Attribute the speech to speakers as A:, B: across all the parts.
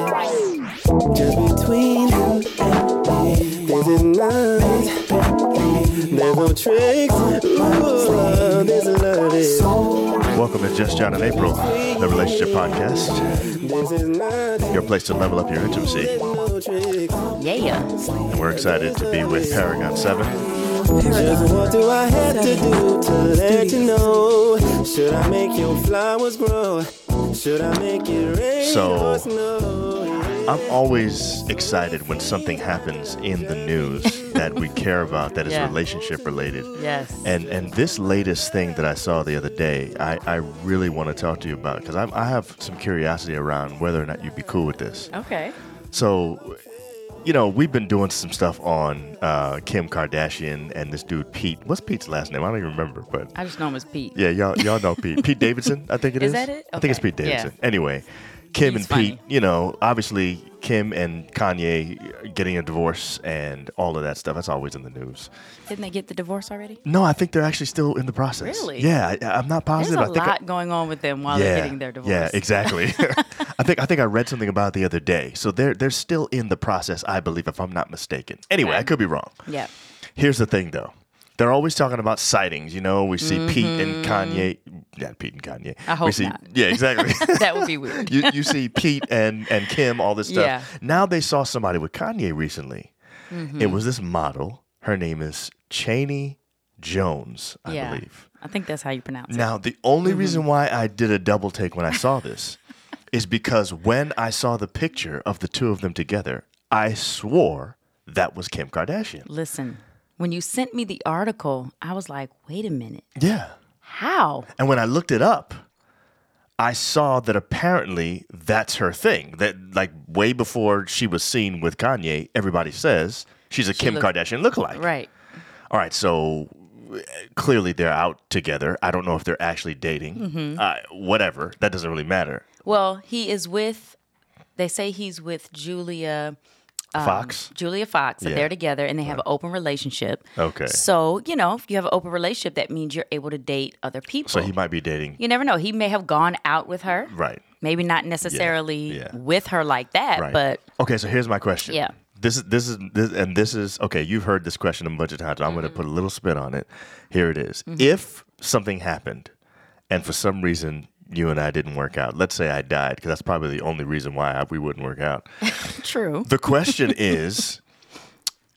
A: Just between you and me, there's a night. There's no tricks. Ooh, there's love. Is.
B: Welcome to Just John and April, the relationship podcast,
A: This is not.
B: your place to level up your intimacy.
A: There's no tricks.
C: Yeah.
B: And we're excited to be with Paragon 7.
A: Just what do I have to do to let you know? Should I make your flowers grow? Should I make it rain
B: So-
A: or snow?
B: I'm always excited when something happens in the news that we care about that is
C: Yeah.
B: relationship related.
C: Yes.
B: And and this latest thing that I saw the other day, I, I really want to talk to you about because I have some curiosity around whether or not you'd be cool with this.
C: Okay.
B: So, you know, we've been doing some stuff on uh, Kim Kardashian and this dude Pete. What's Pete's last name? I don't even remember, but
C: I just know him as Pete.
B: yeah, y'all y'all know Pete. Pete Davidson, I think it is.
C: Is that it?
B: I think it's
C: Okay,
B: Pete
C: yeah.
B: Davidson. Anyway, Kim
C: He's
B: and Pete,
C: funny.
B: you know, obviously Kim and Kanye getting a divorce and all of that stuff. That's always in the news.
C: Didn't they get the divorce already?
B: No, I think they're actually still in the process.
C: Really?
B: Yeah, I, I'm not
C: There's
B: positive.
C: a
B: I think I-
C: lot going on with them while they're getting their divorce.
B: yeah, exactly. I think I think I read something about it the other day. So they're they're still in the process, I believe, if I'm not mistaken. Anyway, I could be wrong.
C: Yeah.
B: Here's the thing though. They're always talking about sightings, you know. We see Pete and Kanye. Yeah, Pete and Kanye.
C: Mm-hmm. I
B: we
C: hope
B: see,
C: not.
B: Yeah, exactly.
C: That would be weird.
B: you you see Pete and and Kim, all this stuff.
C: Yeah. Mm-hmm.
B: Now they saw somebody with Kanye recently. It was this model. Her name is Cheney Jones, I
C: yeah. Mm-hmm.
B: believe.
C: I think that's how you pronounce it.
B: Now, the only reason why I did a double take when I saw this is because when I saw the picture of the two of them together, I swore that was Kim Kardashian.
C: Listen, when you sent me the article, I was like, wait a minute.
B: Yeah.
C: How?
B: And when I looked it up, I saw that apparently that's her thing. That like way before she was seen with Kanye, everybody says she's a Kim
C: looks-
B: Kardashian lookalike.
C: Right.
B: All right, so uh, clearly they're out together. I don't know if they're actually dating. Uh, whatever, that doesn't really matter.
C: Well, he is with, they say he's with Julia.
B: Fox.
C: Julia Fox, that
B: Yeah.
C: they're together and they have an open relationship.
B: Okay.
C: So, you know, if you have an open relationship, that means you're able to date other people.
B: So he might be dating
C: you never know. He may have gone out with her.
B: Right.
C: Maybe not necessarily
B: yeah.
C: with her like that,
B: Right.
C: but
B: okay, so here's my question.
C: Yeah.
B: This is this is this and this is okay. You've heard this question a bunch of times. I'm going
C: Mm-hmm.
B: to put a little spin on it. Here it is. If something happened, and for some reason you and I didn't work out, let's say I died, because that's probably the only reason why I, we wouldn't work out.
C: true.
B: The question is,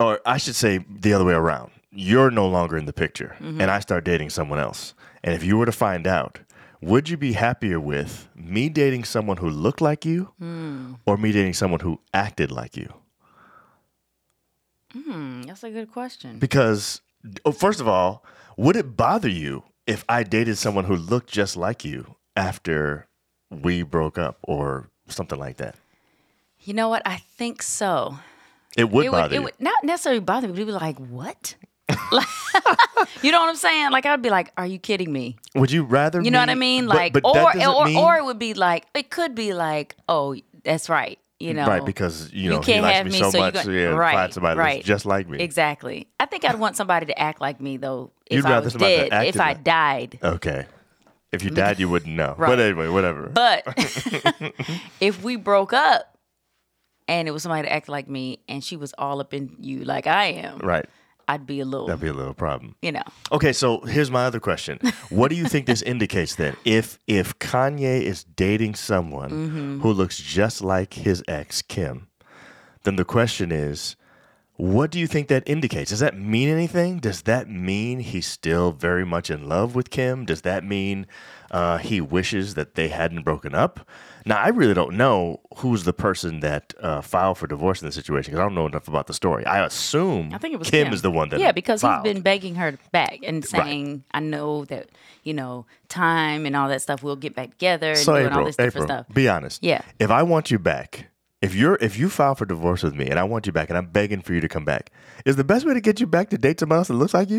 B: or I should say the other way around. You're no longer in the picture,
C: Mm-hmm.
B: and I start dating someone else. And if you were to find out, would you be happier with me dating someone who looked like you
C: Hmm.
B: or me dating someone who acted like you?
C: Hmm, That's a good question.
B: Because, oh, first of all, would it bother you if I dated someone who looked just like you after we broke up or something like that?
C: You know what? I think so.
B: It would
C: it
B: bother
C: would,
B: you.
C: it would not necessarily bother me, but it'd be like, what? Like- you know what I'm saying? Like I'd be like, are you kidding me?
B: Would you rather?
C: You know
B: me-
C: what I mean?
B: but-
C: Like
B: but that
C: or
B: doesn't
C: or
B: mean-
C: or it would be like it could be like, oh, that's right. You know.
B: Mm, right because you
C: you
B: know he
C: can't
B: likes
C: have
B: me
C: me,
B: so
C: so you
B: much.
C: got-
B: so yeah,
C: right,
B: find somebody
C: right.
B: that's just like me.
C: Exactly. I think I'd want somebody to act like me though if
B: You'd
C: I
B: rather
C: was
B: somebody that
C: dead,
B: acted
C: if I
B: like-
C: died.
B: Okay, if you died, you wouldn't know.
C: Right.
B: But anyway, whatever.
C: But if we broke up and it was somebody that acted like me and she was all up in you like I am,
B: right,
C: I'd be a little,
B: that'd be a little problem.
C: you know.
B: Okay, so here's my other question: What do you think this indicates then? If if Kanye is dating someone
C: Mm-hmm.
B: who looks just like his ex Kim, then the question is. What do you think that indicates? Does that mean anything? Does that mean he's still very much in love with Kim? Does that mean uh, he wishes that they hadn't broken up? Now, I really don't know who's the person that uh, filed for divorce in this situation because I don't know enough about the story. I assume
C: I think it was
B: Kim,
C: him.
B: is the one that
C: Yeah, because
B: filed.
C: he's been begging her back and saying, "I know that you know time and all that stuff. We'll get back together and
B: so
C: doing
B: April,
C: all this different
B: April,
C: stuff."
B: be honest.
C: Yeah.
B: If I want you back, if you're if you file for divorce with me and I want you back and I'm begging for you to come back, is the best way to get you back to date someone else that looks like you?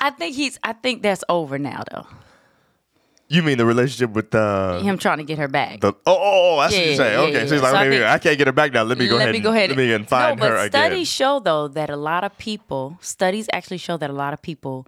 C: I think he's. I think that's over now, though.
B: You mean the relationship with uh,
C: him trying to get her back.
B: the? Oh, oh, oh, that's what
C: Yeah,
B: you're saying.
C: yeah,
B: okay,
C: yeah,
B: so he's
C: yeah.
B: like,
C: So I
B: wait a minute,
C: think-
B: I can't get her back now. Let me go
C: let
B: ahead.
C: me
B: and-
C: go ahead.
B: Let me go and find
C: no, but
B: her
C: studies
B: again.
C: show though that a lot of people studies actually show that a lot of people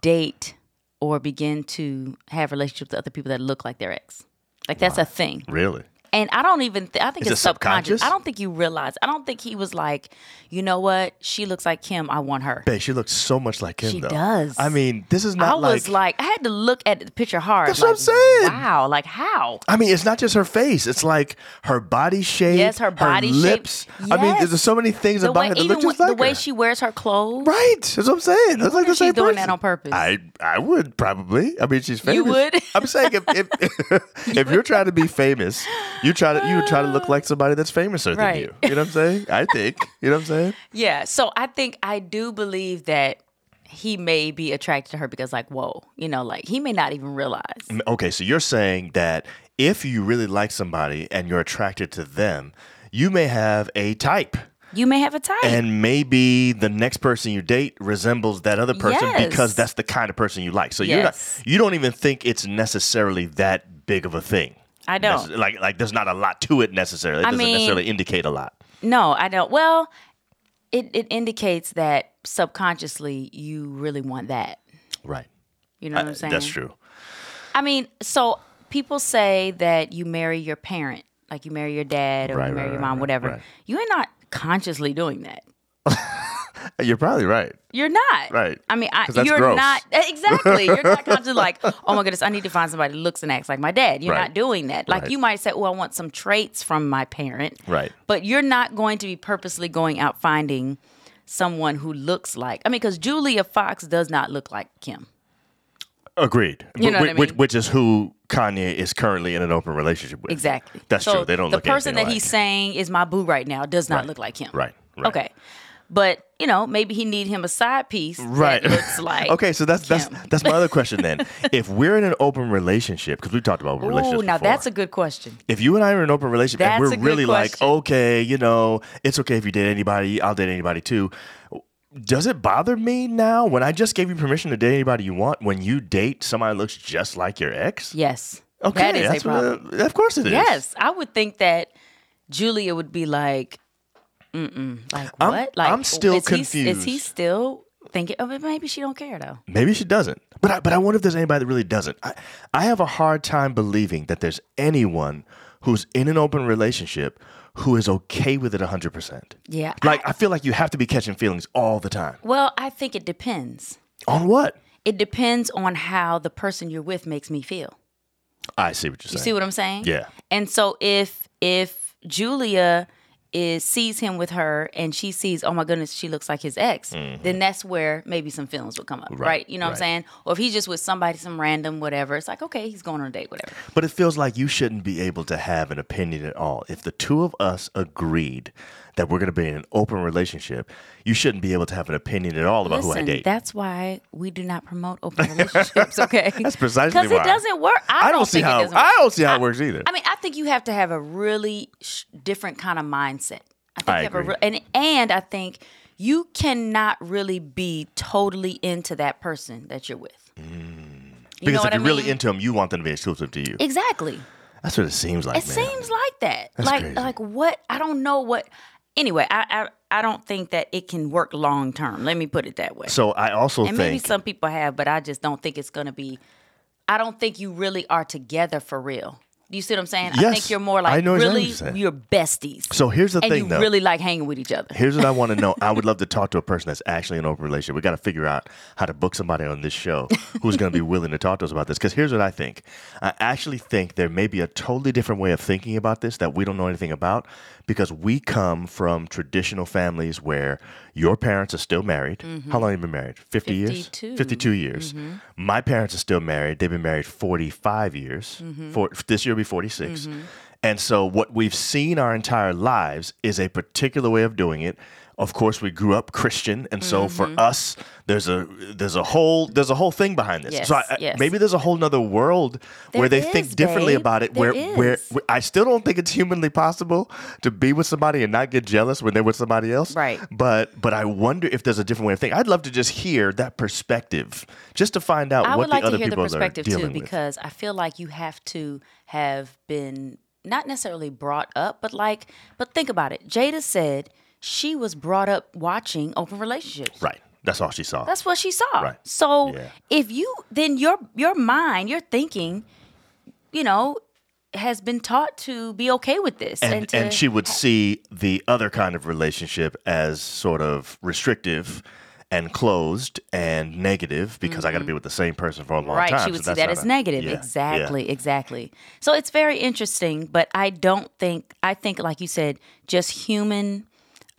C: date or begin to have relationships with other people that look like their ex. Like that's a thing.
B: Really?
C: And I don't even. Th- I think
B: Is
C: it's
B: it
C: subconscious.
B: subconscious?
C: I don't think you realize. I don't think he was like, you know what? She looks like him. I want her.
B: Babe, she looks so much like him.
C: She
B: though.
C: does.
B: I mean, this is not
C: I was like, I had to look at the picture hard.
B: That's
C: like,
B: what I'm saying.
C: Wow, like how?
B: I mean, it's not just her face; it's like her body shape.
C: Yes, her body shape.
B: lips. I mean,
C: Yes.
B: there's so many things
C: The
B: about
C: way,
B: her that
C: even
B: look
C: when,
B: just like
C: the way
B: her.
C: she wears her clothes.
B: Right, that's what I'm saying. That's like the
C: if she's
B: same
C: doing that
B: person.
C: on purpose.
B: I I would probably. I mean, she's famous.
C: would?
B: I'm saying if if, if you're trying to be famous, you try to you would try to look like somebody that's famouser
C: Right.
B: than you. You know what I'm saying? I think. You know what I'm saying?
C: Yeah. So I think I do believe that he may be attracted to her because, like, whoa, you know, like he may not even realize.
B: Okay, so you're saying that if you really like somebody and you're attracted to them, you may have a type.
C: You may have a type.
B: And maybe the next person you date resembles that other person
C: Yes.
B: because that's the kind of person you like. So
C: Yes.
B: you're not you don't even think it's necessarily that big of a thing.
C: I don't.
B: Necess- like like there's not a lot to it necessarily. It
C: I
B: doesn't
C: mean-
B: necessarily indicate a lot.
C: no, I don't. Well, it, it indicates that subconsciously you really want that.
B: Right.
C: You know what I, am saying?
B: Uh, That's true.
C: I mean, so people say that you marry your parent, like you marry your dad or
B: Right,
C: you marry
B: right,
C: your
B: right,
C: mom,
B: right,
C: whatever.
B: right.
C: You are not consciously doing that.
B: You're probably right.
C: You're not.
B: Right.
C: I mean, I,
B: 'Cause that's
C: you're
B: gross.
C: not. Exactly. You're not conscious, like, oh my goodness, I need to find somebody that looks and acts like my dad. You're
B: Right.
C: not doing that. Like,
B: Right.
C: you might say, oh, I want some traits from my parent.
B: Right.
C: But you're not going to be purposely going out finding someone who looks like, I mean, because Julia Fox does not look like Kim.
B: Agreed.
C: You know
B: Wh-
C: what I
B: which,
C: mean?
B: which is who Kanye is currently in an open relationship with.
C: Exactly.
B: That's
C: So
B: true. They don't
C: The
B: look
C: person that
B: anything
C: he's
B: alike.
C: saying is my boo right now does not look like him.
B: Right. Right.
C: Okay. But, you know, maybe he need him a side piece
B: Right.
C: that looks like
B: okay, so that's that's
C: Kim.
B: that's my other question then. if we're in an open relationship, because we talked about open
C: Ooh,
B: relationships
C: now
B: before.
C: that's a good question.
B: if you and I are in an open relationship
C: That's
B: and
C: a
B: we're
C: good
B: really like,
C: question.
B: okay, you know, it's okay if you date anybody, I'll date anybody too. Does it bother me now when I just gave you permission to date anybody you want when you date somebody that looks just like your ex?
C: Yes.
B: Okay,
C: That is
B: that's
C: a problem.
B: What, uh, of course it is.
C: yes. I would think that Julia would be like, mm-mm. Like
B: I'm-
C: what? Like
B: I'm still
C: is He, is he
B: confused.
C: still thinking oh but maybe she don't care though?
B: Maybe she doesn't. But I, but I wonder if there's anybody that really doesn't. I, I have a hard time believing that there's anyone who's in an open relationship who is okay with it 100%.
C: Yeah. I-
B: Like, I feel like you have to be catching feelings all the time.
C: well, I think it depends.
B: On what?
C: It depends on how the person you're with makes me feel.
B: I see what you're
C: You
B: saying.
C: see what I'm saying?
B: Yeah.
C: And so if if Julia is sees him with her and she sees, oh my goodness, she looks like his ex,
B: Mm-hmm.
C: then that's where maybe some feelings would come up. Right. You know what I'm saying? Or if he's just with somebody, some random, whatever, it's like, okay, he's going on a date, whatever.
B: But it feels like you shouldn't be able to have an opinion at all. If the two of us agreed that we're going to be in an open relationship, you shouldn't be able to have an opinion at all about who I
C: Listen,
B: date.
C: that's why we do not promote open relationships, okay?
B: That's precisely
C: Because it
B: why.
C: doesn't work. I,
B: I don't see
C: think it
B: how
C: doesn't work.
B: I don't see how it works either.
C: I mean, I think you have to have a really sh- different kind of mindset. I think
B: I
C: you have
B: agree.
C: a re- and and I think you cannot really be totally into that person that you're with. You know
B: Mm. because if
C: what I
B: you're really
C: mean?
B: into them, you want them to be exclusive to you.
C: exactly,
B: That's what it seems like.
C: it
B: man.
C: seems like that. like
B: crazy.
C: like what? I don't know what. Anyway, I I, I don't think that it can work long term. Let me put it that way.
B: so I also
C: and maybe
B: think
C: some people have, but I just don't think it's gonna be. I don't think you really are together for real. Do you see what I'm saying? I think
B: Yes.
C: you're more like
B: I know exactly what
C: really
B: you're saying.
C: you're besties.
B: So here's the
C: and
B: thing,
C: you
B: though.
C: really like hanging with each other.
B: Here's what I want to know. I would love to talk to a person that's actually in an open relationship. We got to figure out how to book somebody on this show who's going to be willing to talk to us about this. Because here's what I think. I actually think there may be a totally different way of thinking about this that we don't know anything about because we come from traditional families where your parents are still married. How long have you been married? 50 years?
C: 52.
B: 52 years.
C: Mm-hmm.
B: My parents are still married. They've been married 45 years.
C: Mm-hmm.
B: For, this year will be 46. And so, what we've seen our entire lives is a particular way of doing it. Of course, we grew up Christian, and so
C: Mm-hmm.
B: for us, there's a there's a whole there's a whole thing behind this. so I,
C: Yes, yes.
B: maybe there's a whole nother world where they
C: There
B: think
C: is,
B: differently
C: babe.
B: about it.
C: There
B: Where, where
C: is.
B: where I still don't think it's humanly possible to be with somebody and not get jealous when they're with somebody else.
C: Right.
B: But but I wonder if there's a different way of thinking. I'd love to just hear that perspective, just to find out
C: I
B: what
C: would like
B: the
C: to
B: other
C: hear the
B: people
C: perspective
B: are
C: too,
B: dealing with.
C: because I feel like you have to have been not necessarily brought up, but like, but think about it. Jada said she was brought up watching open relationships.
B: Right. That's all she saw.
C: That's what she saw.
B: Right.
C: So
B: Yeah.
C: if you then your your mind, your thinking, you know, has been taught to be okay with this
B: and,
C: and,
B: and,
C: to,
B: she would see the other kind of relationship as sort of restrictive and closed and negative because I got to be with the same person for a long
C: Mm-hmm. right
B: time.
C: she
B: so
C: would see
B: that's
C: that
B: not
C: as
B: a-
C: negative
B: Yeah, yeah.
C: exactly exactly so it's very interesting but i don't think i think like you said just human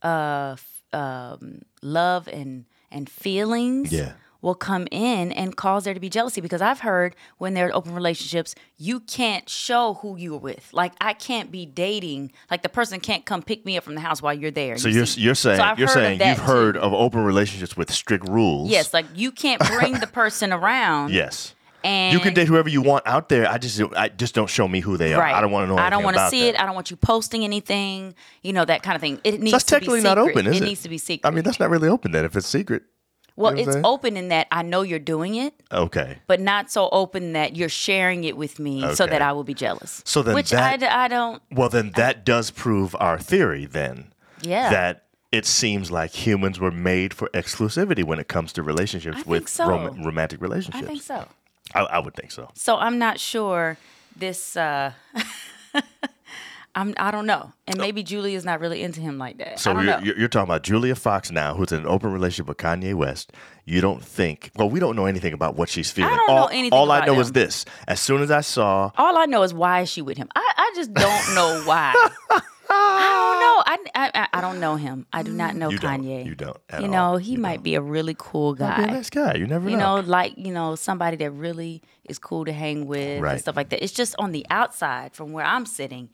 C: uh f- um love and and feelings
B: Yeah.
C: will come in and cause there to be jealousy because i've heard when there are open relationships you can't show who you're with like i can't be dating like the person can't come pick me up from the house while you're there
B: So you're
C: see-
B: you're saying
C: I've
B: you're
C: heard of
B: saying
C: that
B: you've heard
C: too.
B: of open relationships with strict rules.
C: yes like you can't bring the person around
B: Yes.
C: and
B: You can date whoever you want out there. I just I just don't show me who they are.
C: Right.
B: I don't want to know.
C: I don't
B: anything
C: want to
B: about
C: see
B: that.
C: it. I don't want you posting anything. You know that kind of thing. It needs
B: That's
C: to be
B: technically not
C: secret.
B: open, is it?
C: needs to be secret.
B: I mean, that's not really open then if it's secret. know
C: well,
B: what I'm
C: it's
B: saying?
C: open in that I know you're doing it,
B: Okay.
C: but not so open that you're sharing it with me so
B: Okay.
C: that I will be jealous.
B: So then
C: which I
B: that-
C: d- I, don't.
B: Well, then that does prove our theory then.
C: Yeah.
B: That it seems like humans were made for exclusivity when it comes to relationships
C: think
B: with
C: so.
B: rom- romantic
C: I
B: relationships.
C: think so.
B: I, I would think so.
C: So I'm not sure this. Uh, I'm. I don't know. And maybe Julia's not really into him like that. I
B: Oh. So
C: don't
B: you're,
C: know.
B: you're, you're talking about Julia Fox now, who's in an open relationship with Kanye West. You don't think? Well, we don't know anything about what she's feeling.
C: don't know
B: all,
C: anything
B: All I
C: about
B: know is
C: them.
B: this: as soon as I saw,
C: All I know is why is she with him. I, I just don't know why. I don't know. I, I I don't know him. I do not know
B: You don't.
C: Kanye.
B: You don't at
C: you
B: all.
C: know he might be a really cool
B: be a
C: guy.
B: nice guy. You never
C: You know, like you know somebody that really is cool to hang with
B: Right.
C: and stuff like that. It's just on the outside from where I'm sitting.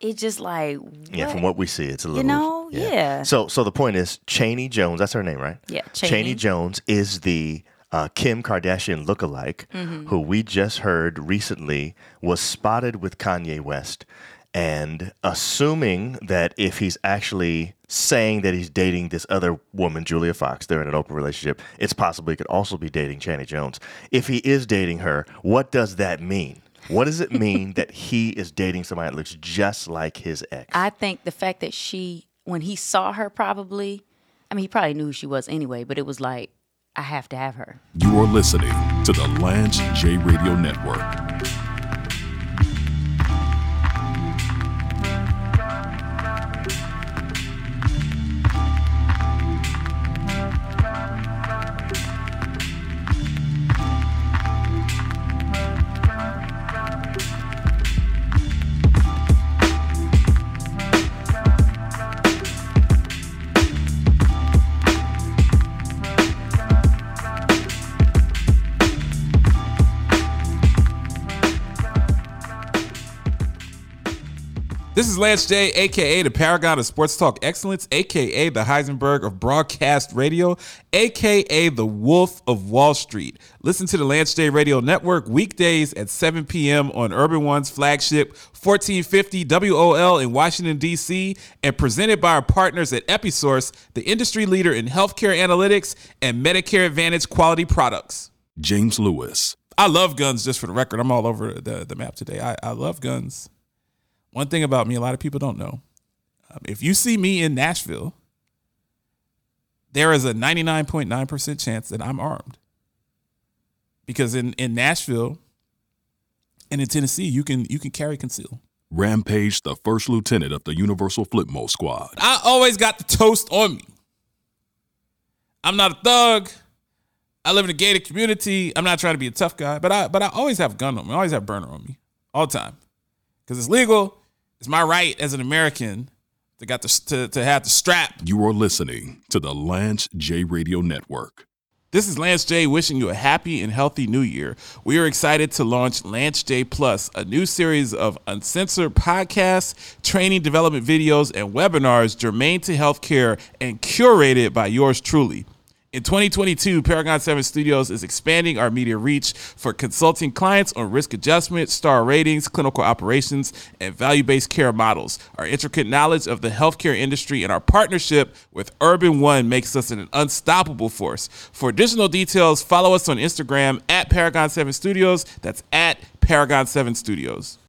C: It's just like
B: Yeah,
C: what?
B: from what we see, it's a little.
C: know? Yeah.
B: So, so the point is, Cheney Jones. That's her name, right?
C: Yeah,
B: Cheney
C: Chaney.
B: Jones is the uh, Kim Kardashian lookalike
C: Mm-hmm.
B: who we just heard recently was spotted with Kanye West, and assuming that if he's actually saying that he's dating this other woman, Julia Fox, they're in an open relationship. It's possible he could also be dating Cheney Jones. If he is dating her, what does that mean? What does it mean that he is dating somebody that looks just like his ex?
C: I think the fact that she, when he saw her, probably, I mean, he probably knew who she was anyway. But it was like, I have to have her.
D: You are listening to the Lance J Radio Network.
E: This is Lance J, aka the Paragon of Sports Talk Excellence, aka the Heisenberg of Broadcast Radio, aka the Wolf of Wall Street. Listen to the Lance J Radio Network weekdays at 7 p.m. on Urban One's flagship 1450 WOL in Washington, D.C., and presented by our partners at Episource, the industry leader in healthcare analytics and Medicare Advantage quality products.
D: James Lewis,
E: I love guns, just for the record. I'm all over the, the map today. I, I love guns. One thing about me, a lot of people don't know. Um, if you see me in Nashville, there is a 99.9% chance that I'm armed. Because in, in Nashville and in Tennessee, you can you can carry conceal.
D: Rampage, the first lieutenant of the Universal Flipmo Squad.
E: I always got the toast on me. I'm not a thug. I live in a gated community. I'm not trying to be a tough guy, but I but I always have gun on me. I always have burner on me all the time because it's legal. It's my right as an American to got the, to to have the strap.
D: You are listening to the Lance J Radio Network.
E: This is Lance J wishing you a happy and healthy new year. We are excited to launch Lance J Plus, a new series of uncensored podcasts, training development videos, and webinars germane to healthcare and curated by yours truly. In 2022, Paragon 7 Studios is expanding our media reach for consulting clients on risk adjustment, star ratings, clinical operations, and value based care models. Our intricate knowledge of the healthcare industry and our partnership with Urban One makes us an unstoppable force. For additional details, follow us on Instagram at Paragon 7 Studios. That's at Paragon 7 Studios.